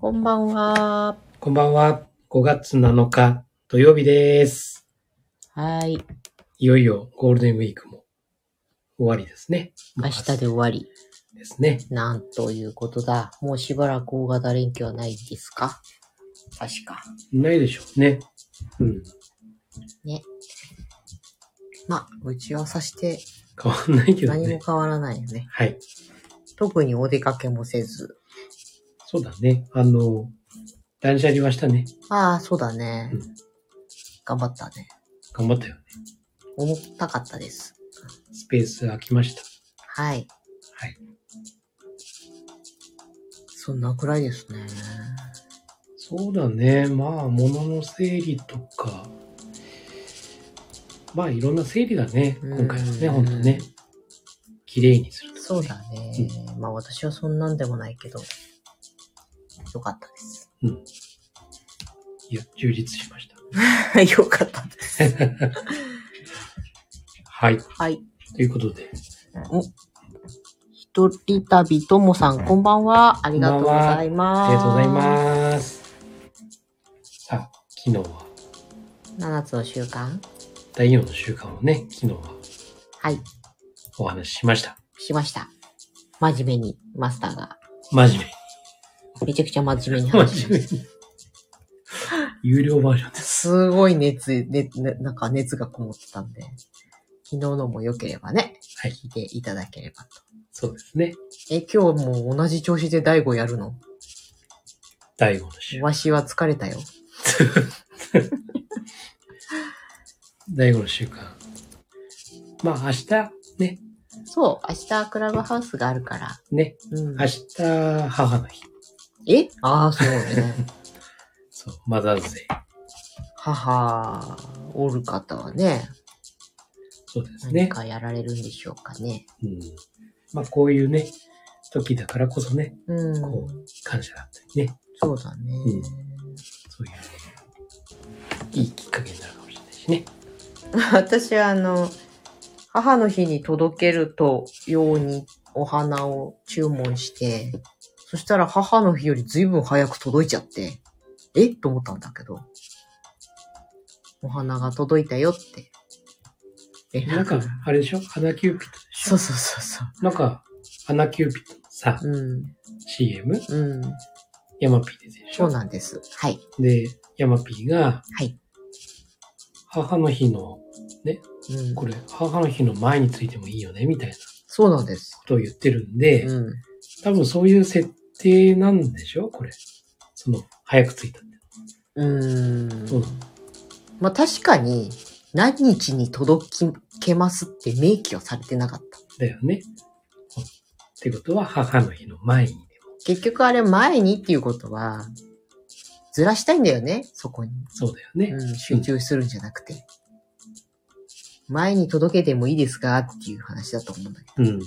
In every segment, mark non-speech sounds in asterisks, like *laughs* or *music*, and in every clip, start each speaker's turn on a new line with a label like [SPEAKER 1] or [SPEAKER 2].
[SPEAKER 1] こんばんは。
[SPEAKER 2] こんばんは。5月7日土曜日です。
[SPEAKER 1] はい。
[SPEAKER 2] いよいよゴールデンウィークも終わりですね。
[SPEAKER 1] 明日で終わり。
[SPEAKER 2] ですね。
[SPEAKER 1] なんということだ。もうしばらく大型連休はないですか確か。
[SPEAKER 2] ないでしょうね。うん。
[SPEAKER 1] まあ、うちはさして
[SPEAKER 2] 変わんないけど
[SPEAKER 1] 何も
[SPEAKER 2] ね。
[SPEAKER 1] 変わらないよね。
[SPEAKER 2] はい。
[SPEAKER 1] 特にお出かけもせず。
[SPEAKER 2] そうだね。あの、断捨離はしたね。
[SPEAKER 1] ああ、そうだね
[SPEAKER 2] うん。
[SPEAKER 1] 頑張ったね。
[SPEAKER 2] 頑張ったよね。
[SPEAKER 1] 重たかったです。
[SPEAKER 2] スペース空きました。
[SPEAKER 1] はい。
[SPEAKER 2] はい。
[SPEAKER 1] そんなくらいですね。
[SPEAKER 2] そうだね。まあ、物の整理とか、まあ、いろんな整理だね。
[SPEAKER 1] うん
[SPEAKER 2] 今回はね、本当ね。綺麗にするとかね
[SPEAKER 1] そうだね。まあ私はそんなんでもないけど、よかったです。
[SPEAKER 2] いや、充実しまし
[SPEAKER 1] *laughs*
[SPEAKER 2] た。
[SPEAKER 1] よかったです。
[SPEAKER 2] はい。
[SPEAKER 1] はい。
[SPEAKER 2] ということで、
[SPEAKER 1] お一人旅ともさん、こんばんは。ありがとうござい
[SPEAKER 2] あ
[SPEAKER 1] ます。
[SPEAKER 2] りがとうございます。さあ、昨日は、
[SPEAKER 1] す。7つの習慣
[SPEAKER 2] 第4の習慣をね、昨日は
[SPEAKER 1] はい。
[SPEAKER 2] お話ししました。
[SPEAKER 1] しました。真面目に、マスターが。
[SPEAKER 2] 真面
[SPEAKER 1] めちゃくちゃ真面目に
[SPEAKER 2] 目に。
[SPEAKER 1] 話し
[SPEAKER 2] 真
[SPEAKER 1] ま
[SPEAKER 2] 面
[SPEAKER 1] し
[SPEAKER 2] 目に。有料バージョン
[SPEAKER 1] た。
[SPEAKER 2] です。
[SPEAKER 1] すごい熱、ね、ねなんか熱がこもってたんで、昨日のも良ければね、
[SPEAKER 2] はい
[SPEAKER 1] 聞いていただければと。
[SPEAKER 2] そうですね。
[SPEAKER 1] え、今日もう同じ調子で大悟やるの
[SPEAKER 2] 第5の習慣。
[SPEAKER 1] わしは疲れたよ。
[SPEAKER 2] 第5の習慣。まあ、明日、ね、
[SPEAKER 1] そう、明日クラブハウスがあるから。
[SPEAKER 2] ね、
[SPEAKER 1] うん
[SPEAKER 2] 明。日、母の日。
[SPEAKER 1] えああ、そうね。
[SPEAKER 2] そう、マザーズデー。
[SPEAKER 1] 母、おる方はね、
[SPEAKER 2] そうです
[SPEAKER 1] 何
[SPEAKER 2] ね。
[SPEAKER 1] かやられるんでしょうかね。
[SPEAKER 2] うん。まあ、こういうね、時だからこそね、
[SPEAKER 1] うん。
[SPEAKER 2] こう、感謝だったりね、
[SPEAKER 1] そうだね。
[SPEAKER 2] うんそういう、いいきっかけになるかもしれないしね。
[SPEAKER 1] 私はあの、母の日に届けるとようにお花を注文して、そしたら母の日より随分早く届いちゃって、えと思ったんだけど、お花が届いたよって。え
[SPEAKER 2] なんか、あれでしょアナキューピットでし
[SPEAKER 1] そうそうそうそ
[SPEAKER 2] ょなんか、アナキューピットのさ、
[SPEAKER 1] う。うん。
[SPEAKER 2] CM、
[SPEAKER 1] うん。
[SPEAKER 2] ヤマピー出てるでし
[SPEAKER 1] そう
[SPEAKER 2] ょ
[SPEAKER 1] なんです。はい。
[SPEAKER 2] で、ヤマピーが、
[SPEAKER 1] はい。
[SPEAKER 2] 母の日の、
[SPEAKER 1] うん、
[SPEAKER 2] これ、母の日の前についてもいいよね、みたいなこ
[SPEAKER 1] そうなんです。
[SPEAKER 2] とを言ってるんで、
[SPEAKER 1] うん。
[SPEAKER 2] 多分そういう設定なんでしょこれ。その、早く着いたって。
[SPEAKER 1] うー。
[SPEAKER 2] そうん
[SPEAKER 1] まあ確かに、何日に届けますって明記はされてなかった。
[SPEAKER 2] だよね。ってことは、母の日の前にでも。
[SPEAKER 1] 結局あれ前にっていうことは、ずらしたいんだよね、そこに。
[SPEAKER 2] そうだよね。
[SPEAKER 1] うん、集中するんじゃなくて。前に届けてもいいですかっていう話だと思うんだけ
[SPEAKER 2] うん。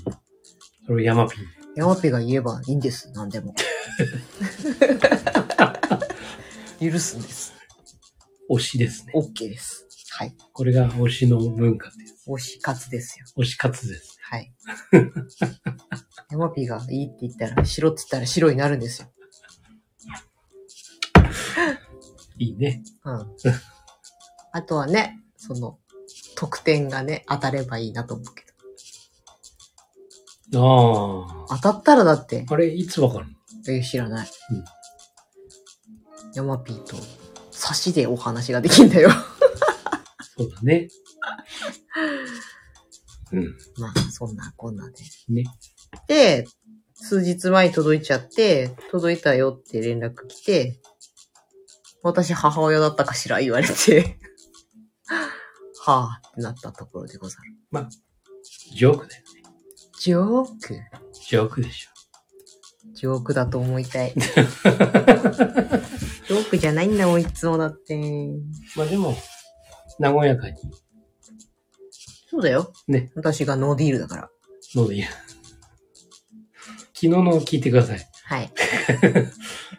[SPEAKER 2] それをヤマピーに
[SPEAKER 1] ど。ヤマペが言えばいいんです、何でも。 *laughs* 許すんです。
[SPEAKER 2] 推しですね。
[SPEAKER 1] OK です。はい。
[SPEAKER 2] これが推しの文化です。
[SPEAKER 1] 推し活ですよ。
[SPEAKER 2] 推し活です。
[SPEAKER 1] はい。ヤマピーがいいって言ったら、白って言ったら白になるんですよ。
[SPEAKER 2] いいね。
[SPEAKER 1] うん。あとはね、その、得点がね、当たればいいなと思うけど。
[SPEAKER 2] ああ。
[SPEAKER 1] 当たったらだって、
[SPEAKER 2] あれ、いつわかるの
[SPEAKER 1] え知らない。
[SPEAKER 2] うん
[SPEAKER 1] ヤマピーと、差しでお話ができんだよ。 *laughs*
[SPEAKER 2] そうだね。うん。
[SPEAKER 1] まあ、そんな、こんなで。
[SPEAKER 2] ね。
[SPEAKER 1] で、数日前に届いちゃって、届いたよって連絡来て、私母親だったかしら言われて、 *laughs* はぁってなったところでござる。
[SPEAKER 2] ジョークだよね。
[SPEAKER 1] ジョーク
[SPEAKER 2] ジョークでしょ。
[SPEAKER 1] ジョークだと思いた
[SPEAKER 2] *laughs*
[SPEAKER 1] い。ジョークじゃないんだもん、いつもだって。
[SPEAKER 2] まあでも、和やかに、
[SPEAKER 1] そうだよ。
[SPEAKER 2] ね。
[SPEAKER 1] 私がノーディールだから。
[SPEAKER 2] のでいい。昨日のを聞いてください。 *laughs*
[SPEAKER 1] はい。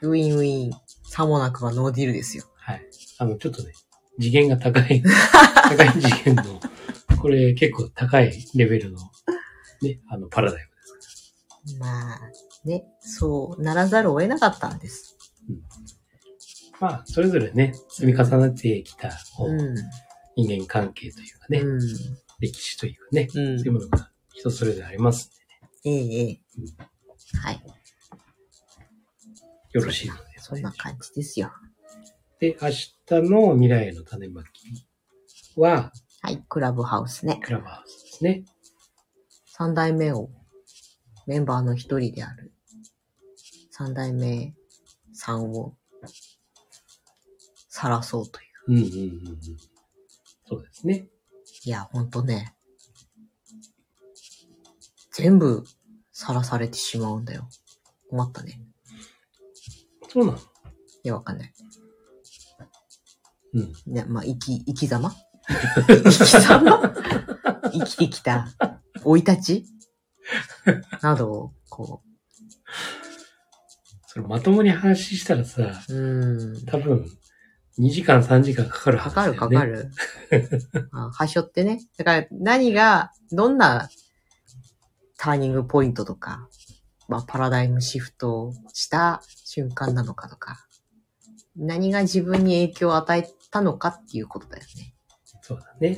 [SPEAKER 1] ウィンウィン。さもなくはノーディールですよ。
[SPEAKER 2] はい。あの、ちょっとね、次元が高
[SPEAKER 1] *laughs*
[SPEAKER 2] い、高い次元の、これ結構高いレベルの、ね、あの、パラダイムです。
[SPEAKER 1] まあ、ね、そうならざるを得なかったんです。
[SPEAKER 2] うんまあ、それぞれね、積み重ねてきた、こう
[SPEAKER 1] うん。
[SPEAKER 2] 人間関係というかね、
[SPEAKER 1] うん。
[SPEAKER 2] 歴史というかね、
[SPEAKER 1] うん
[SPEAKER 2] そういうものが人それぞれあります。
[SPEAKER 1] ええええ。はい。
[SPEAKER 2] よろしいので。
[SPEAKER 1] そんな感じですよ。
[SPEAKER 2] で、明日の未来への種まきは、
[SPEAKER 1] はい。クラブハウスね。
[SPEAKER 2] クラブハウスですね。
[SPEAKER 1] 三代目を、メンバーの一人である、三代目さんを、さらそうという。
[SPEAKER 2] うんうんうんうん。そうですね。
[SPEAKER 1] いや、ほんとね。全部、さらされてしまうんだよ。困ったね。
[SPEAKER 2] そうなの。
[SPEAKER 1] いや、わかんない。
[SPEAKER 2] うん。
[SPEAKER 1] ね、まあ、生き、生き様生き様生きてきた、生い立ちなどを、こ
[SPEAKER 2] それまともに話したらさ、
[SPEAKER 1] う、うーん。
[SPEAKER 2] 多分、2時間3時間かかるは
[SPEAKER 1] か
[SPEAKER 2] ずだ
[SPEAKER 1] か
[SPEAKER 2] よ
[SPEAKER 1] る
[SPEAKER 2] ね。
[SPEAKER 1] かか。る。あはしょってね。だから何が、どんなターニングポイントとか、まあパラダイムシフトをした瞬間なのかとか、何が自分に影響を与えたのかっていうことだよね。
[SPEAKER 2] そうだね。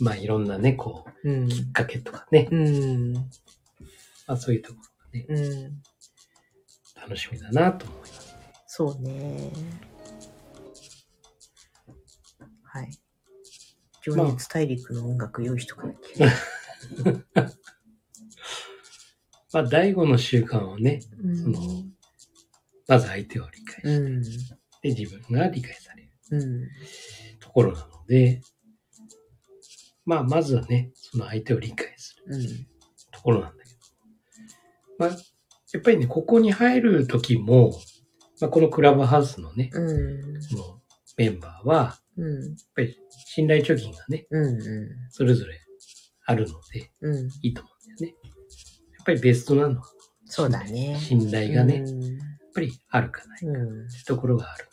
[SPEAKER 2] まあいろんなね、こう、
[SPEAKER 1] うん。うん。
[SPEAKER 2] きっかけとかね。
[SPEAKER 1] うん。
[SPEAKER 2] まあそういうところがね、
[SPEAKER 1] うん。
[SPEAKER 2] 楽しみだなと思います。
[SPEAKER 1] そうね。はい。情熱大陸の音楽用意しとかなきゃ。
[SPEAKER 2] まあ第5の習慣をね、その、まず相手を理解して、
[SPEAKER 1] うん。
[SPEAKER 2] で自分が理解される
[SPEAKER 1] うん。
[SPEAKER 2] ところなので、まあ、まずはね、その相手を理解す
[SPEAKER 1] う
[SPEAKER 2] る
[SPEAKER 1] ん。
[SPEAKER 2] ところなんだけど、まあ、やっぱりね、ここに入る時も、まあ、このクラブハウスのね、
[SPEAKER 1] うん。
[SPEAKER 2] そのメンバーは、やっ
[SPEAKER 1] うん。
[SPEAKER 2] ぱり信頼貯金がね、
[SPEAKER 1] うん。
[SPEAKER 2] それぞれあるので、
[SPEAKER 1] うん。
[SPEAKER 2] いいと思うんだよね。やっぱりベストなのは、
[SPEAKER 1] そうだね。
[SPEAKER 2] 信頼がね、やっ
[SPEAKER 1] うん
[SPEAKER 2] ぱりあるかないっ
[SPEAKER 1] う
[SPEAKER 2] てところがある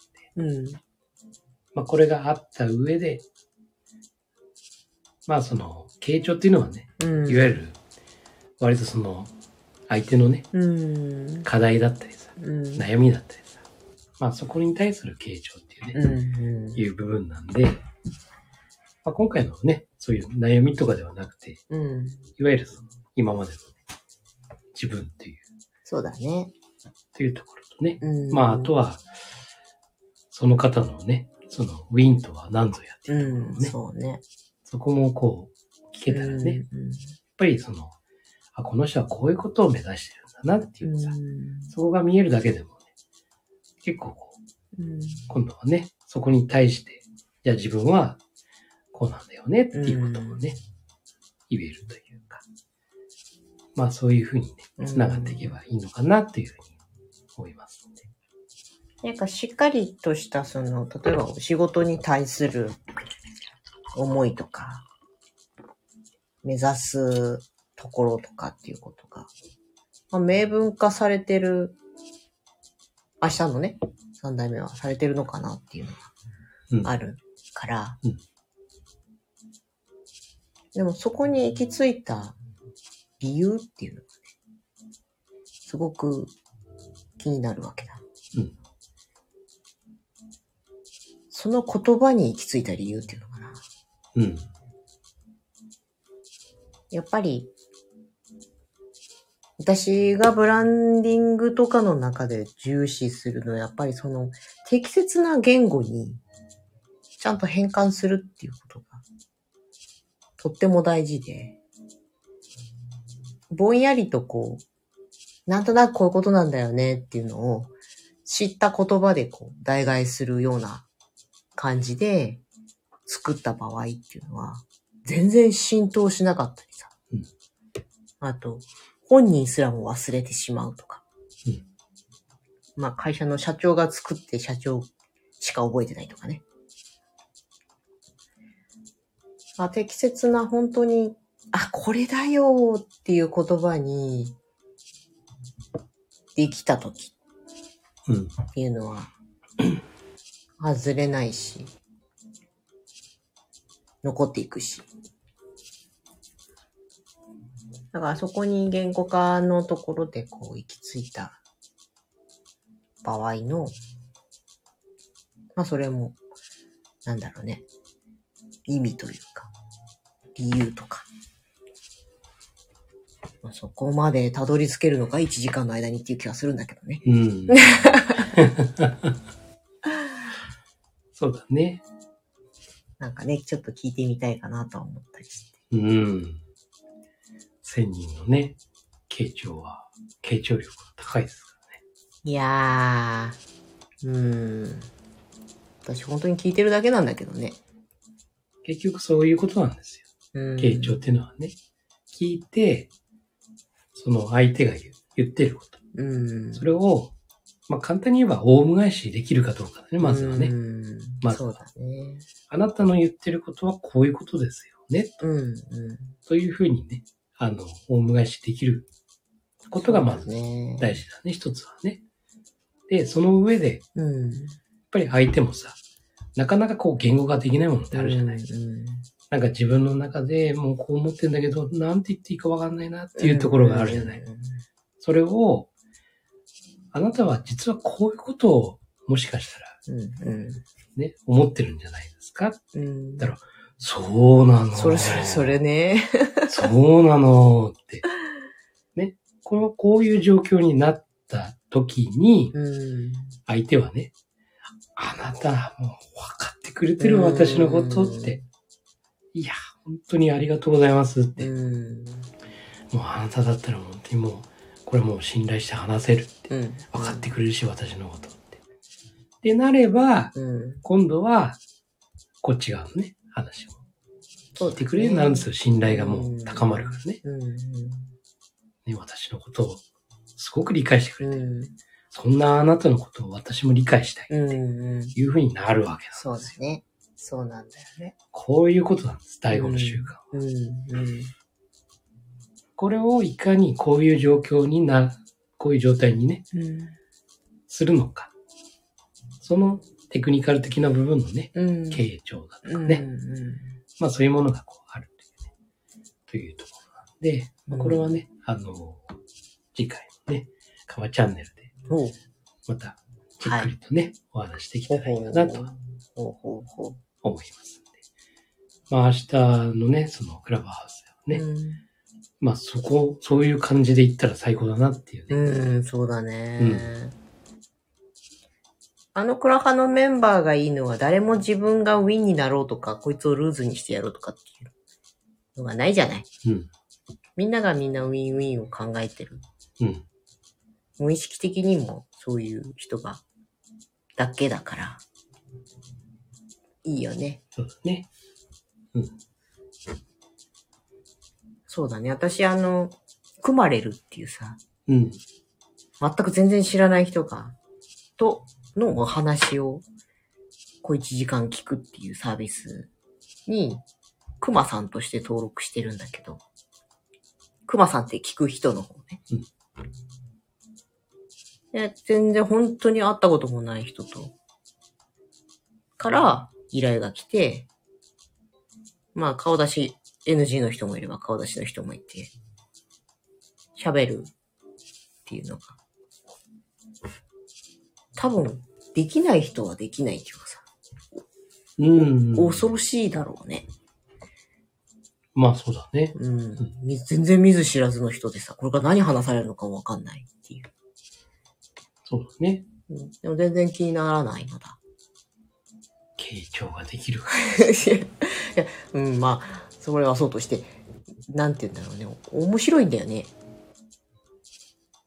[SPEAKER 2] ので、
[SPEAKER 1] ん。うん。
[SPEAKER 2] まあ、これがあった上で、まあ、その、傾聴っていうのはね、
[SPEAKER 1] うん。
[SPEAKER 2] いわゆる、割とその、相手のね、
[SPEAKER 1] うん。
[SPEAKER 2] 課題だったりさ、
[SPEAKER 1] うん。
[SPEAKER 2] 悩みだったりさ、まあそこに対する傾聴っていう
[SPEAKER 1] う
[SPEAKER 2] ね、
[SPEAKER 1] ん。
[SPEAKER 2] いう部分なんで、まあ、今回のね、そういう悩みとかではなくて、
[SPEAKER 1] うん。
[SPEAKER 2] いわゆるその、今までの、ね、自分っていう、
[SPEAKER 1] そうだね。
[SPEAKER 2] というところとね、
[SPEAKER 1] うん。
[SPEAKER 2] まああとは、その方のね、その、ウィンとは何ぞやって
[SPEAKER 1] う
[SPEAKER 2] いうところ
[SPEAKER 1] ん
[SPEAKER 2] も。ね、
[SPEAKER 1] そうね。
[SPEAKER 2] そこもこう、聞けたらね、やっ
[SPEAKER 1] うん。
[SPEAKER 2] ぱりその、あ、この人はこういうことを目指してるんだなっていうさ、
[SPEAKER 1] うん
[SPEAKER 2] そこが見えるだけでもね、結構こう、
[SPEAKER 1] うん。
[SPEAKER 2] 今度はね、そこに対して、じゃあ自分はこうなんだよねっていうこともね、言えるというか、まあそういうふうに
[SPEAKER 1] うん
[SPEAKER 2] ね、つながっていけばいいのかなっていうふうに思いますので。
[SPEAKER 1] なんかしっかりとした、その、例えばお仕事に対する思いとか、目指すところとかっていうことが、まあ、明文化されてる、明日のね、三代目はされてるのかなっていうの
[SPEAKER 2] うん
[SPEAKER 1] があるから、
[SPEAKER 2] うん
[SPEAKER 1] でもそこに行き着いた理由っていうのがね、すごく気になるわけだ。
[SPEAKER 2] うん
[SPEAKER 1] その言葉に行き着いた理由っていうのかな。
[SPEAKER 2] うん。
[SPEAKER 1] やっぱり、私がブランディングとかの中で重視するのは、やっぱりその適切な言語にちゃんと変換するっていうことがとっても大事で、ぼんやりとこう、なんとなくこういうことなんだよねっていうのを知った言葉でこう代替するような感じで作った場合っていうのは、全然浸透しなかったりさ。
[SPEAKER 2] うん
[SPEAKER 1] あと、本人すらも忘れてしまうとか。
[SPEAKER 2] うん
[SPEAKER 1] まあ会社の社長が作って社長しか覚えてないとかね。まあ、適切な本当に、あ、これだよっていう言葉にできたとき
[SPEAKER 2] うん。
[SPEAKER 1] っていうのは、 *clears throat* 外れないし、残っていくし。だからそこに言語化のところでこう行き着いた場合のまあそれも、なんだろうね。意味というか、理由とか。まあ、そこまでたどり着けるのか、1時間の間にっていう気はするんだけどね。
[SPEAKER 2] うん。そうだね。
[SPEAKER 1] なんかね、ちょっと聞いてみたいかなとは思ったりして。
[SPEAKER 2] うん。千人のね、傾聴は、傾聴力が高いですか
[SPEAKER 1] いやー、うーん。私本当に聞いてるだけなんだけどね。
[SPEAKER 2] ら。結局そういうことなんですよ。
[SPEAKER 1] うん。
[SPEAKER 2] 傾聴っていうのはね、聞いて、その相手が言う言ってること。
[SPEAKER 1] うん。
[SPEAKER 2] それを、まあ簡単に言えば、オウム返しできるかどうかだね、まずはね。
[SPEAKER 1] うん。
[SPEAKER 2] まず
[SPEAKER 1] そう
[SPEAKER 2] は
[SPEAKER 1] だね。
[SPEAKER 2] あなたの言ってることはこういうことですよね。
[SPEAKER 1] うん、うん。
[SPEAKER 2] というふうにね、あの、オウム返しできることがまず
[SPEAKER 1] ね
[SPEAKER 2] 大事だね、一つはね。で、その上で、やっ
[SPEAKER 1] うん。
[SPEAKER 2] ぱり相手もさ、なかなかこう言語化できないものってあるじゃない、
[SPEAKER 1] うん。
[SPEAKER 2] なんか自分の中でもうこう思ってんだけど、なんて言っていいかわかんないなっていうところがあるじゃない、
[SPEAKER 1] うん
[SPEAKER 2] それを、あなたは実はこういうことをもしかしたら
[SPEAKER 1] うん。
[SPEAKER 2] ね、思ってるんじゃないですか
[SPEAKER 1] うん。
[SPEAKER 2] だろそうなの。
[SPEAKER 1] それそれそれね。
[SPEAKER 2] そうなのって。ね。この、こういう状況になった時に、
[SPEAKER 1] うん。
[SPEAKER 2] 相手はね、あなた、もう分かってくれてる私のことって。いや、本当にありがとうございますっ
[SPEAKER 1] う
[SPEAKER 2] て。も
[SPEAKER 1] ん。
[SPEAKER 2] うあなただったら本当にもう、これもう信頼して話せるって。
[SPEAKER 1] うん。
[SPEAKER 2] 分かってくれるし、私のことって。で、なれば、
[SPEAKER 1] うん。
[SPEAKER 2] 今度は、こっち側のね、話を
[SPEAKER 1] そう
[SPEAKER 2] 聞いてくれるようになるんです
[SPEAKER 1] よ。
[SPEAKER 2] よ。信頼がもう高まるからね。
[SPEAKER 1] うん。
[SPEAKER 2] ね、私のことをすごく理解してくれ
[SPEAKER 1] う
[SPEAKER 2] てる。
[SPEAKER 1] ん。
[SPEAKER 2] そんなあなたのことを私も理解したい
[SPEAKER 1] うん。うん。
[SPEAKER 2] というふうになるわけな
[SPEAKER 1] そ
[SPEAKER 2] ん
[SPEAKER 1] う
[SPEAKER 2] ですよ。
[SPEAKER 1] だね。そうなんだよね。
[SPEAKER 2] こういうことなんです。第五の習慣は。
[SPEAKER 1] うん。うん。
[SPEAKER 2] これをいかにこういう状況にな、こういう状態にね、
[SPEAKER 1] うん。
[SPEAKER 2] するのか。そのテクニカル的な部分のね、
[SPEAKER 1] うん。
[SPEAKER 2] 傾聴だとか
[SPEAKER 1] うん。
[SPEAKER 2] ね。まあそういうものがこうあるというね、というところなんで、まあこれはね、あの、次回のね、かまチャンネルで、
[SPEAKER 1] ほう。
[SPEAKER 2] またじっくりとね、お話していきたらいいかなと
[SPEAKER 1] ほうほうほ
[SPEAKER 2] 思いますんで。まあ明日のね、そのクラブハウス
[SPEAKER 1] う。
[SPEAKER 2] ではね、
[SPEAKER 1] うん
[SPEAKER 2] まあそこ、そういう感じで行ったら最高だなっていうね。
[SPEAKER 1] うん、そうだね。あのクラハのメンバーがいいのは誰も自分がウィンになろうとか、こいつをルーズにしてやろうとかっていうのがないじゃない。
[SPEAKER 2] うん。
[SPEAKER 1] みんながみんなウィンウィンを考えてる。
[SPEAKER 2] うん。
[SPEAKER 1] 無意識的にもそういう人が、だけだから。いいよね。
[SPEAKER 2] そうだね。
[SPEAKER 1] そうだね。私あの、組まれるっていうさ、
[SPEAKER 2] うん。
[SPEAKER 1] 全く全然知らない人が、とのお話を、小1時間聞くっていうサービスに、くまさんとして登録してるんだけど、くまさんって聞く人の方ね。
[SPEAKER 2] うん
[SPEAKER 1] で全然本当に会ったこともない人と、から依頼が来て、まあ顔出し NG の人もいれば顔出しの人もいて、喋るっていうのが。多分、できない人はできないっていうかさ、
[SPEAKER 2] うん。
[SPEAKER 1] 恐ろしいだろうね。
[SPEAKER 2] まあそうだね。
[SPEAKER 1] うん。み全然見ず知らずの人でさ、これから何話されるのかわかんないっていう。
[SPEAKER 2] そうだね。
[SPEAKER 1] うん。でも全然気にならないのだ。
[SPEAKER 2] 傾聴ができる。
[SPEAKER 1] *laughs* いやいや、うん、まあ、それはそうとして、なんて言うんだろうね。面白いんだよね。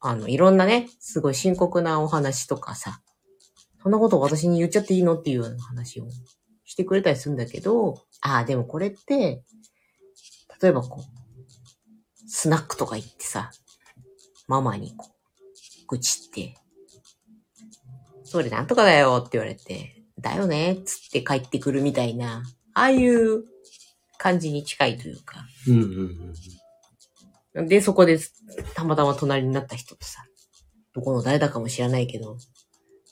[SPEAKER 1] あの、いろんなね、すごい深刻なお話とかさ、そんなこと私に言っちゃっていいのっていうような話をしてくれたりするんだけど、ああ、でもこれって、例えばこう、スナックとか行ってさ、ママにこう、愚痴って、それなんとかだよって言われて、だよねっつって帰ってくるみたいな、ああいう感じに近いというか。
[SPEAKER 2] うんうんうん。
[SPEAKER 1] で、そこでたまたま隣になった人とさ、どこの誰だかも知らないけど、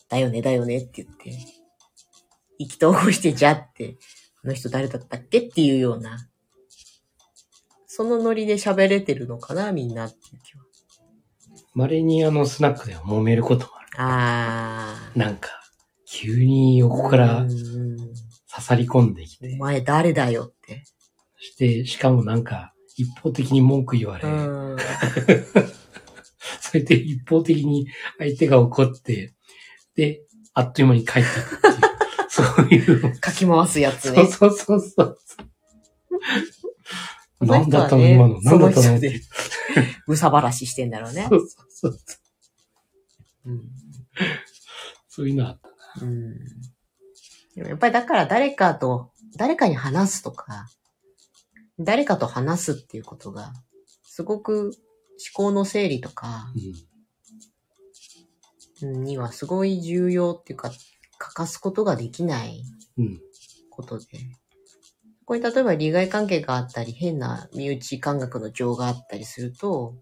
[SPEAKER 1] だよねだよねって言って、意気投合してじゃあって、あの人誰だったっけっていうような、そのノリで喋れてるのかな、みんなっていう気は。
[SPEAKER 2] 稀にあのスナックでは揉めることもある。
[SPEAKER 1] あ
[SPEAKER 2] なんか、急に横から
[SPEAKER 1] うん
[SPEAKER 2] 刺さり込んできて、
[SPEAKER 1] お前誰だよって。
[SPEAKER 2] そして、しかもなんか、一方的に文句言われ、
[SPEAKER 1] うん。
[SPEAKER 2] それで一方的に相手が怒って、で、あっという間に帰っていくっていう、そう
[SPEAKER 1] *laughs*
[SPEAKER 2] いう、
[SPEAKER 1] かき回すやつ
[SPEAKER 2] そう
[SPEAKER 1] ね。
[SPEAKER 2] そうそうそう。
[SPEAKER 1] その
[SPEAKER 2] 何
[SPEAKER 1] 人
[SPEAKER 2] だ
[SPEAKER 1] は
[SPEAKER 2] ったの
[SPEAKER 1] ね
[SPEAKER 2] 今の。何だった
[SPEAKER 1] その
[SPEAKER 2] の
[SPEAKER 1] 人でうさばらししてんだろうね
[SPEAKER 2] そ。うそうそう。
[SPEAKER 1] うん
[SPEAKER 2] そういうのあった。
[SPEAKER 1] うんでもやっぱりだから誰かと、誰かに話すとか、誰かと話すっていうことが、すごく思考の整理とか
[SPEAKER 2] うん。
[SPEAKER 1] うんにはすごい重要っていうか、欠かすことができない
[SPEAKER 2] うん。
[SPEAKER 1] ことで。ここに例えば利害関係があったり、変な身内感覚の情があったりすると、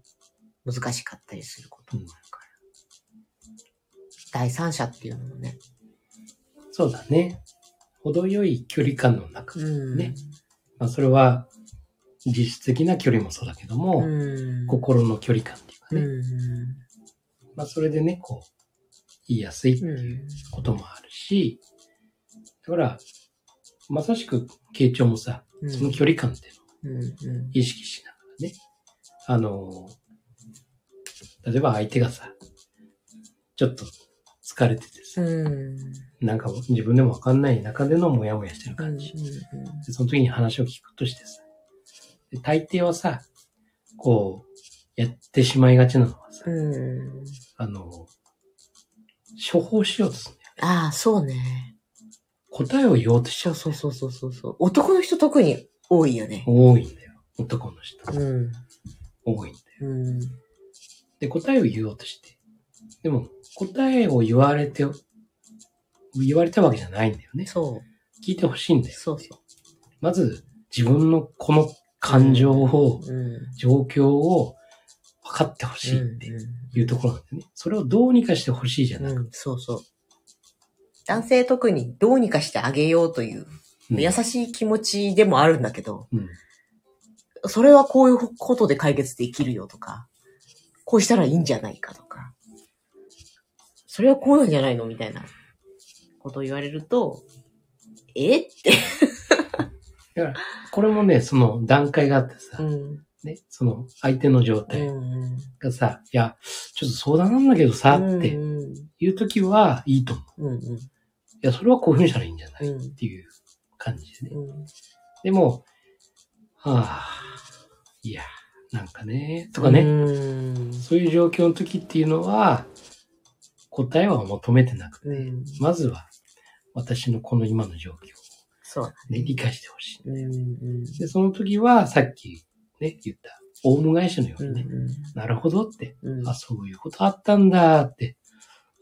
[SPEAKER 1] 難しかったりすることもあるから。第三者っていうのもね。
[SPEAKER 2] そうだね。程よい距離感の中。
[SPEAKER 1] うん。
[SPEAKER 2] ねまあ、それは、実質的な距離もそうだけども、
[SPEAKER 1] うん。
[SPEAKER 2] 心の距離感っていうか
[SPEAKER 1] う
[SPEAKER 2] ね。
[SPEAKER 1] ん。
[SPEAKER 2] まあ、それでね、こう、言いやすいっていう
[SPEAKER 1] うん
[SPEAKER 2] こともあるし、だから、まさしく、傾聴もさ、
[SPEAKER 1] うん
[SPEAKER 2] その距離感っていうのを
[SPEAKER 1] うんうん
[SPEAKER 2] 意識しながらね、あの、例えば相手がさ、ちょっと疲れてて
[SPEAKER 1] う
[SPEAKER 2] さ、
[SPEAKER 1] ん
[SPEAKER 2] なんか自分でもわかんない中でのモヤモヤしてる感じ。で、その時に話を聞くとしてさ。で大抵はさ、こう、やってしまいがちなのはさ、
[SPEAKER 1] うん
[SPEAKER 2] あの、処方しようとするんだよ。
[SPEAKER 1] ああ、そうね。
[SPEAKER 2] 答えを言おうとしち
[SPEAKER 1] そ
[SPEAKER 2] ゃう
[SPEAKER 1] う。そうそうそうそうそう。男の人特に多いよね。
[SPEAKER 2] 多いんだよ。男の人。
[SPEAKER 1] うん。
[SPEAKER 2] 多いんだよ。
[SPEAKER 1] うん。
[SPEAKER 2] で、答えを言おうとして。でも、答えを言われて、言われたわけじゃないんだよね。
[SPEAKER 1] そ
[SPEAKER 2] 聞いてほしいんだ
[SPEAKER 1] う。
[SPEAKER 2] よ。
[SPEAKER 1] そうそ
[SPEAKER 2] まず、自分のこの感情を、
[SPEAKER 1] う。うん。
[SPEAKER 2] 状況を分かってほしいって。
[SPEAKER 1] う
[SPEAKER 2] いうところなんだよね。それをどうにかしてほしいじゃ
[SPEAKER 1] ん。
[SPEAKER 2] なく
[SPEAKER 1] うん。そうそう。男性特にどうにかしてあげようという、
[SPEAKER 2] て。
[SPEAKER 1] 優しい気持ちでもあるんだけど、
[SPEAKER 2] うん
[SPEAKER 1] それはこういうことで解決できるよとか、こうしたらいいんじゃないかとか、それはこうなんじゃないのみたいなことを言われると、えって。
[SPEAKER 2] だから、これもね、その段階があってさ、
[SPEAKER 1] ん。
[SPEAKER 2] ね、その相手の状態
[SPEAKER 1] ん。
[SPEAKER 2] がさ、いや、ちょっと相談なんだけどさ、って
[SPEAKER 1] うん。
[SPEAKER 2] いう時はいいと思う。
[SPEAKER 1] うん。
[SPEAKER 2] いや、それはこういうふうにしたらいいんじゃな
[SPEAKER 1] う
[SPEAKER 2] いっ
[SPEAKER 1] ん。
[SPEAKER 2] ていう感じでね。
[SPEAKER 1] うん。
[SPEAKER 2] でも、はあ、いや、なんかね、とかね、
[SPEAKER 1] うん。
[SPEAKER 2] そういう状況の時っていうのは、答えは求めてなくて、
[SPEAKER 1] うん。
[SPEAKER 2] まずは、私のこの今の状況を
[SPEAKER 1] そう。
[SPEAKER 2] ね、理解してほしい。
[SPEAKER 1] うん。うん。
[SPEAKER 2] で、その時は、さっきね、言った、オウム返しのよう
[SPEAKER 1] う
[SPEAKER 2] に
[SPEAKER 1] ん
[SPEAKER 2] ね、。なるほどって、
[SPEAKER 1] うん。
[SPEAKER 2] あ、そういうことあったんだって、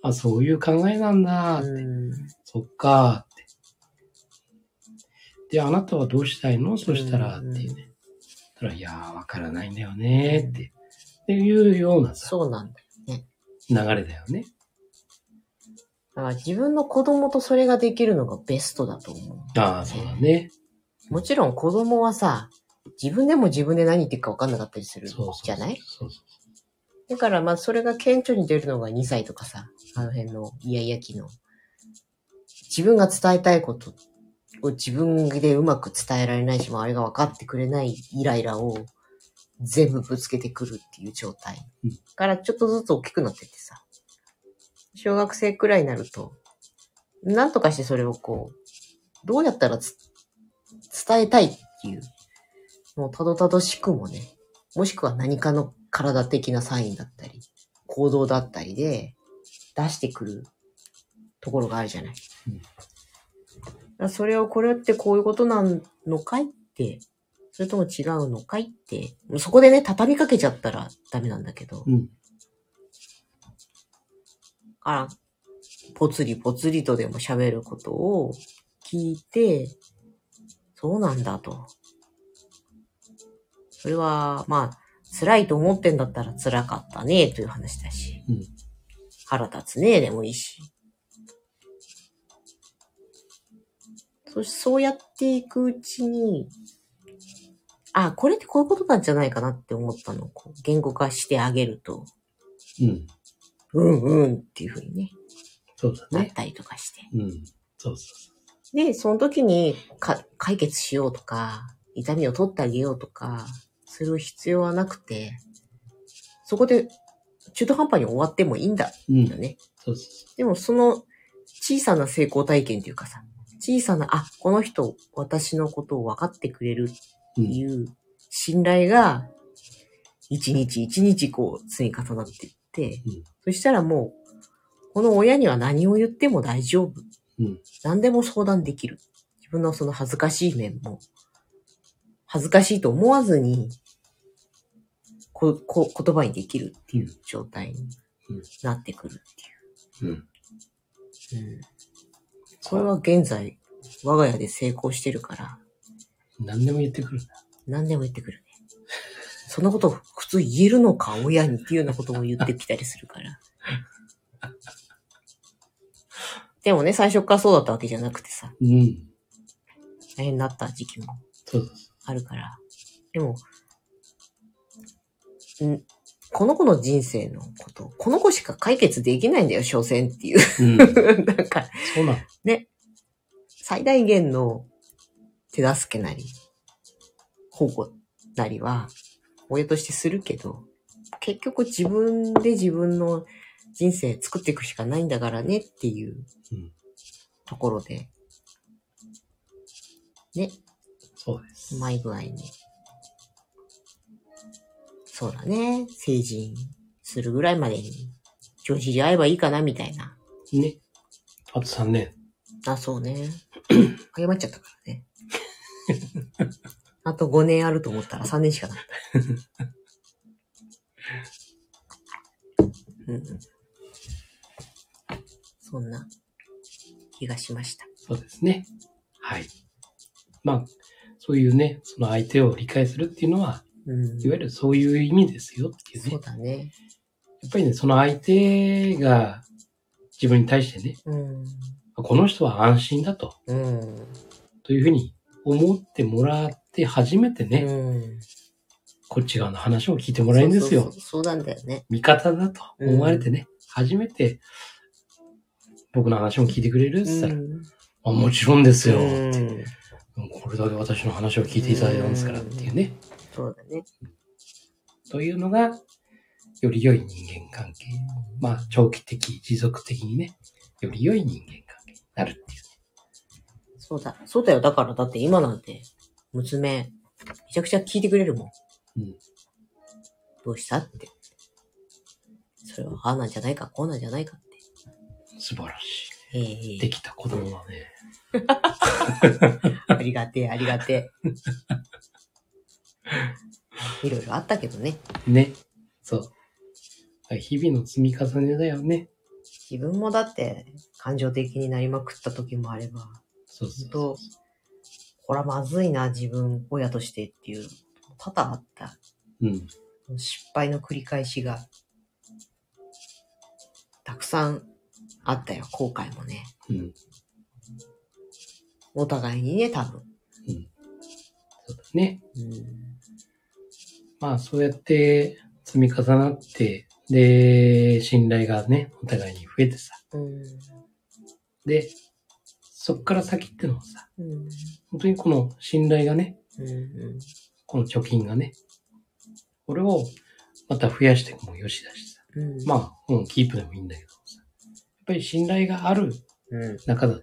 [SPEAKER 2] あ、そういう考えなんだって、
[SPEAKER 1] うん。
[SPEAKER 2] そっかーって。で、あなたはどうしたいのそしたら、っ
[SPEAKER 1] う
[SPEAKER 2] て
[SPEAKER 1] ん
[SPEAKER 2] いうね。たら、いやー、わからないんだよねーって、っていうようなさ、
[SPEAKER 1] そうなんだ。
[SPEAKER 2] 流れだよね。
[SPEAKER 1] だから自分の子供とそれができるのがベストだと思う。
[SPEAKER 2] ああ、そうだね。
[SPEAKER 1] もちろん子供はさ、自分でも自分で何言ってるか分かんなかったりする
[SPEAKER 2] そうそうそう
[SPEAKER 1] じゃない
[SPEAKER 2] そうそう
[SPEAKER 1] だからまあそれが顕著に出るのが2歳とかさ、あの辺のイヤイヤ期の。自分が伝えたいことを自分でうまく伝えられないし、周りが分かってくれないイライラを全部ぶつけてくるっていう状態
[SPEAKER 2] うん。
[SPEAKER 1] からちょっとずつ大きくなってってさ、小学生くらいになると、なんとかしてそれをこう、どうやったらつ伝えたいっていう、もうたどたどしくもね、もしくは何かの体的なサインだったり、行動だったりで出してくるところがあるじゃない。
[SPEAKER 2] う
[SPEAKER 1] だ
[SPEAKER 2] ん
[SPEAKER 1] からそれをこれってこういうことなのかいって、それとも違うのかいって、そこでね、畳みかけちゃったらダメなんだけど、
[SPEAKER 2] うん。
[SPEAKER 1] あら、ぽつりぽつりとでも喋ることを聞いて、そうなんだと。それは、まあ、辛いと思ってんだったら辛かったね、という話だし。
[SPEAKER 2] うん
[SPEAKER 1] 腹立つね、でもいいし。そそうやっていくうちに、あ、これってこういうことなんじゃないかなって思ったのをこう言語化してあげると、
[SPEAKER 2] うん。
[SPEAKER 1] うんうんっていうふうにね、
[SPEAKER 2] そうだ
[SPEAKER 1] なっ
[SPEAKER 2] ね。
[SPEAKER 1] たりとかして。
[SPEAKER 2] うん。そうそうそ
[SPEAKER 1] で、その時にか解決しようとか、痛みを取ってあげようとか、する必要はなくて、そこで中途半端に終わってもいいんだ
[SPEAKER 2] う。うん。
[SPEAKER 1] よね。
[SPEAKER 2] そうそうそ
[SPEAKER 1] でもその小さな成功体験というかさ、小さな、あ、この人、私のことを分かってくれる
[SPEAKER 2] う。う
[SPEAKER 1] って
[SPEAKER 2] ん。
[SPEAKER 1] いう信頼が、一日一日こう積み重なっていって、
[SPEAKER 2] うん
[SPEAKER 1] そしたらもう、この親には何を言っても大丈夫。
[SPEAKER 2] うん
[SPEAKER 1] 何でも相談できる。自分のその恥ずかしい面も、恥ずかしいと思わずに、こ、こ、言葉にできるっていう状態に
[SPEAKER 2] うん
[SPEAKER 1] なってくるっ
[SPEAKER 2] うん。
[SPEAKER 1] ていう。うん、それは現在、我が家で成功してるから、
[SPEAKER 2] 何でも言ってくるんだ。
[SPEAKER 1] 何でも言ってくるね。そんなこと普通言えるのか、親にっていうようなことも言ってきたりするから。でもね、最初からそうだったわけじゃなくてさ、
[SPEAKER 2] うん。
[SPEAKER 1] 大変になった時期も
[SPEAKER 2] そうそうそ
[SPEAKER 1] あるから。でも、んこの子の人生のこと、この子しか解決できないんだよ、所詮っていう。 *laughs*
[SPEAKER 2] う。うん。
[SPEAKER 1] なんか、
[SPEAKER 2] そうなの。
[SPEAKER 1] 最大限の手助けなり、保護なりは、親としてするけど、結局自分で自分の人生作っていくしかないんだからねっていう
[SPEAKER 2] うん
[SPEAKER 1] ところで、
[SPEAKER 2] そうです
[SPEAKER 1] う。まい具合に。そうだね。成人するぐらいまでに、調子で会えばいいかなみたいな。
[SPEAKER 2] ね。あと3年。
[SPEAKER 1] あ、そう
[SPEAKER 2] *clears throat*
[SPEAKER 1] ね。謝っちゃったからね。 *laughs* あと5年あると思ったら3年しかなかった。うん。そんな気がしました。
[SPEAKER 2] そうですね。はい。まあ、そういうね、その相手を理解するっていうのは、
[SPEAKER 1] うん。
[SPEAKER 2] いわゆるそういう意味ですよっていうね。
[SPEAKER 1] そ
[SPEAKER 2] や
[SPEAKER 1] うだね。
[SPEAKER 2] っぱりね、その相手が自分に対してね、
[SPEAKER 1] うん。
[SPEAKER 2] この人は安心だと、
[SPEAKER 1] うん。
[SPEAKER 2] というふうに思ってもらって初めてね、
[SPEAKER 1] うん。
[SPEAKER 2] こっち側の話を聞いてもらえるんですよ。
[SPEAKER 1] そうそうそうそうなんだよね。
[SPEAKER 2] 味方だと思われてね、初めて僕の話も聞いてくれるって言ったら、
[SPEAKER 1] ん。
[SPEAKER 2] あもちろんですよ、
[SPEAKER 1] うん
[SPEAKER 2] これだけ私の話を聞いていただいたんですからっていうね。
[SPEAKER 1] そうだね。
[SPEAKER 2] というのが、より良い人間関係。まあ、長期的、持続的にね、より良い人間関係になるっていう。
[SPEAKER 1] そうだ。そうだよ。だから、だって今なんて、娘、めちゃくちゃ聞いてくれるもん。
[SPEAKER 2] うん
[SPEAKER 1] どうしたって。それは、ああなんじゃないか、こうなんじゃないかって。
[SPEAKER 2] 素晴らし
[SPEAKER 1] ええ
[SPEAKER 2] い。
[SPEAKER 1] え
[SPEAKER 2] で
[SPEAKER 1] え
[SPEAKER 2] きた子供だね。
[SPEAKER 1] ありがてえ、ありがてえ。い *laughs* ろいろあったけどね。
[SPEAKER 2] ね。そう。日々の積み重ねだよね。
[SPEAKER 1] 自分もだって、感情的になりまくった時もあれば、
[SPEAKER 2] そうそう
[SPEAKER 1] と、こらまずいな、自分、親としてっていう、多々あった。
[SPEAKER 2] うん。
[SPEAKER 1] 失敗の繰り返しが、たくさんあったよ、後悔もね。
[SPEAKER 2] うん。
[SPEAKER 1] お互いにね、多分。
[SPEAKER 2] そうだね。
[SPEAKER 1] うん。
[SPEAKER 2] まあ、そうやって積み重なって、で、信頼がね、お互いに増えてさ。
[SPEAKER 1] うん。
[SPEAKER 2] で、そっから先ってのはさ、
[SPEAKER 1] うん。
[SPEAKER 2] 本当にこの信頼がね、
[SPEAKER 1] うん。
[SPEAKER 2] この貯金がね、これをまた増やしてもよしだしさ。
[SPEAKER 1] うん。あ。
[SPEAKER 2] まあ、うん、キープでもいいんだけどさ。やっぱり信頼がある
[SPEAKER 1] うん。
[SPEAKER 2] 中だと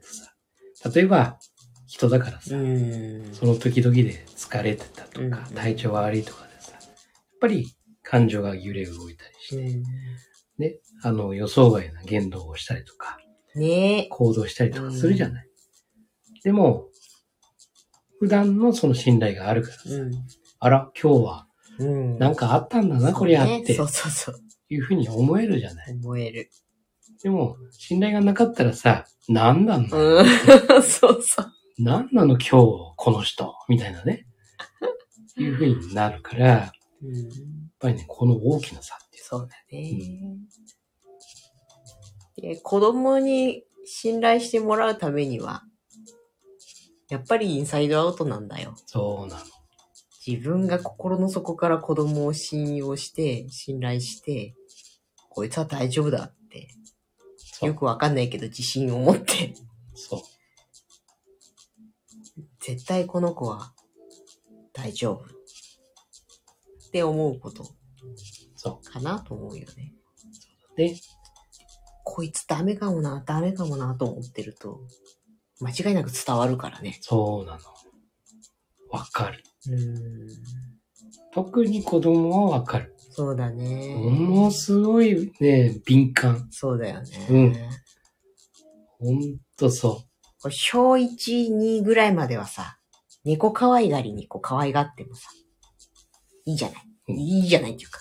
[SPEAKER 2] さ、例えば人だからさ、
[SPEAKER 1] うん。
[SPEAKER 2] その時々で疲れてたとか
[SPEAKER 1] う、ん
[SPEAKER 2] 体調悪いとかでさ、やっぱり感情が揺れ動いたりして、ね、あの予想外な言動をしたりとか、
[SPEAKER 1] ねえ。
[SPEAKER 2] 行動したりとかするじゃない。でも、普段のその信頼があるからさ、
[SPEAKER 1] うん。
[SPEAKER 2] あら、今日は
[SPEAKER 1] うん。
[SPEAKER 2] なんかあったんだな、こりゃ
[SPEAKER 1] そう
[SPEAKER 2] っ
[SPEAKER 1] ね
[SPEAKER 2] て
[SPEAKER 1] そうそうそう。
[SPEAKER 2] いうふうに思えるじゃない。
[SPEAKER 1] 思える。
[SPEAKER 2] でも、信頼がなかったらさ、なんなんだ、
[SPEAKER 1] うん。 *laughs* そうそう。
[SPEAKER 2] なんなの今日、この人、みたいなね。いうふうになるから、やっ
[SPEAKER 1] うん。
[SPEAKER 2] ぱりね、この大きな差っていう
[SPEAKER 1] そうだね。で子供に信頼してもらうためには、やっぱりインサイドアウトなんだよ。
[SPEAKER 2] そうなの。
[SPEAKER 1] 自分が心の底から子供を信用して、信頼して、こいつは大丈夫だって
[SPEAKER 2] そう
[SPEAKER 1] よくわかんないけど自信を持って、
[SPEAKER 2] そう。
[SPEAKER 1] 絶対この子は大丈夫って思うこと
[SPEAKER 2] そ
[SPEAKER 1] かなと思うよね。
[SPEAKER 2] う。で、
[SPEAKER 1] こいつダメかもな、ダメかもなと思ってると、間違いなく伝わるからね。
[SPEAKER 2] そうなの。わかる。
[SPEAKER 1] うん。
[SPEAKER 2] 特に子供はわかる。
[SPEAKER 1] そうだね。
[SPEAKER 2] ものすごいね、敏感。
[SPEAKER 1] そうだよね。
[SPEAKER 2] うんほんとそ
[SPEAKER 1] これ小1、2ぐらいまではさ、猫可愛がりにこう可愛がってもさ、いいじゃない。
[SPEAKER 2] うん
[SPEAKER 1] いいじゃないっていうか。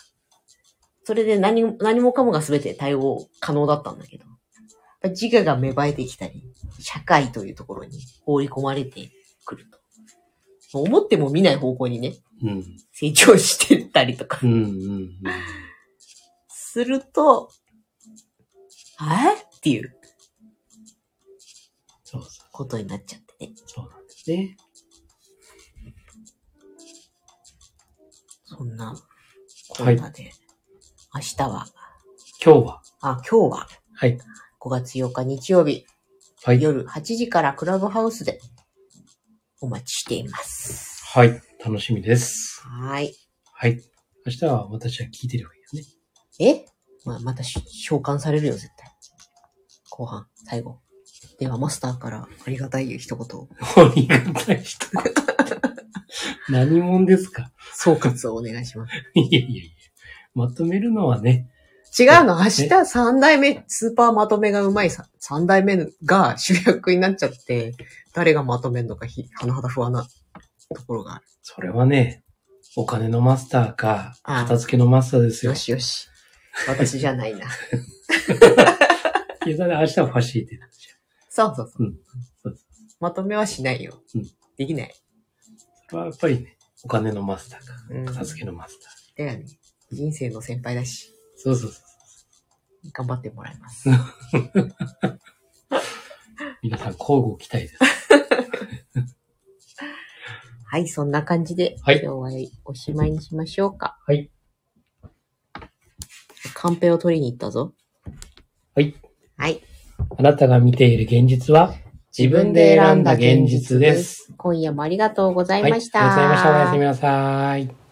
[SPEAKER 1] それで何も、何もかもが全て対応可能だったんだけど、やっぱ自我が芽生えてきたり、社会というところに放り込まれてくると。もう思っても見ない方向にね、
[SPEAKER 2] う。うん。
[SPEAKER 1] 成長してったりとか
[SPEAKER 2] うんうんうん。
[SPEAKER 1] すると、えっていう
[SPEAKER 2] そうそう。
[SPEAKER 1] ことになっちゃってね。
[SPEAKER 2] そうなんですね。
[SPEAKER 1] そんな、こ
[SPEAKER 2] は
[SPEAKER 1] ん
[SPEAKER 2] い。
[SPEAKER 1] なで、明日は、
[SPEAKER 2] 今日は。
[SPEAKER 1] あ、今日は
[SPEAKER 2] はい。
[SPEAKER 1] 5月8日日曜日
[SPEAKER 2] はい。
[SPEAKER 1] 夜8時からクラブハウスでお待ちしています。
[SPEAKER 2] はい。楽しみです。
[SPEAKER 1] はーい。
[SPEAKER 2] はい。明日は私は聞いてればいいよね。
[SPEAKER 1] え
[SPEAKER 2] *laughs*
[SPEAKER 1] まあ、またし召喚されるよ、絶対。後半、最後。では、マスターからありがたい一言を、
[SPEAKER 2] ありがたい人。 *laughs* 何者ですか *laughs*
[SPEAKER 1] 総括をお願いします。
[SPEAKER 2] いやいやいや。まとめるのはね、
[SPEAKER 1] 違うの、明日三代目、スーパーまとめがうまいさ、三代目が主役になっちゃって、誰がまとめるのかひ、甚だ不安なところがある。
[SPEAKER 2] それはね、お金のマスターか、
[SPEAKER 1] ああ
[SPEAKER 2] 片付けのマスターですよ
[SPEAKER 1] よ。しよし。私じゃないな。
[SPEAKER 2] いや、だから明日はファシーテなんですよ。
[SPEAKER 1] そうそうそう。
[SPEAKER 2] うん
[SPEAKER 1] まとめはしないよ。
[SPEAKER 2] うん
[SPEAKER 1] できない。
[SPEAKER 2] それはやっぱりね、お金のマスターか
[SPEAKER 1] うん、
[SPEAKER 2] 片付けのマスター。
[SPEAKER 1] だよね。人生の先輩だし、
[SPEAKER 2] そうそうそう。
[SPEAKER 1] 頑張ってもらいます。
[SPEAKER 2] 皆さん、交互期待です。
[SPEAKER 1] はい、そんな感じで、
[SPEAKER 2] はい
[SPEAKER 1] 今日はおしまいにしましょうか。
[SPEAKER 2] はい。
[SPEAKER 1] カンペを取りに行ったぞ。
[SPEAKER 2] はい。
[SPEAKER 1] はい。
[SPEAKER 2] あなたが見ている現実は、自分で選んだ現実です。
[SPEAKER 1] 今夜もありがとうございました。
[SPEAKER 2] はい、ありがとうございました。おやすみなさい。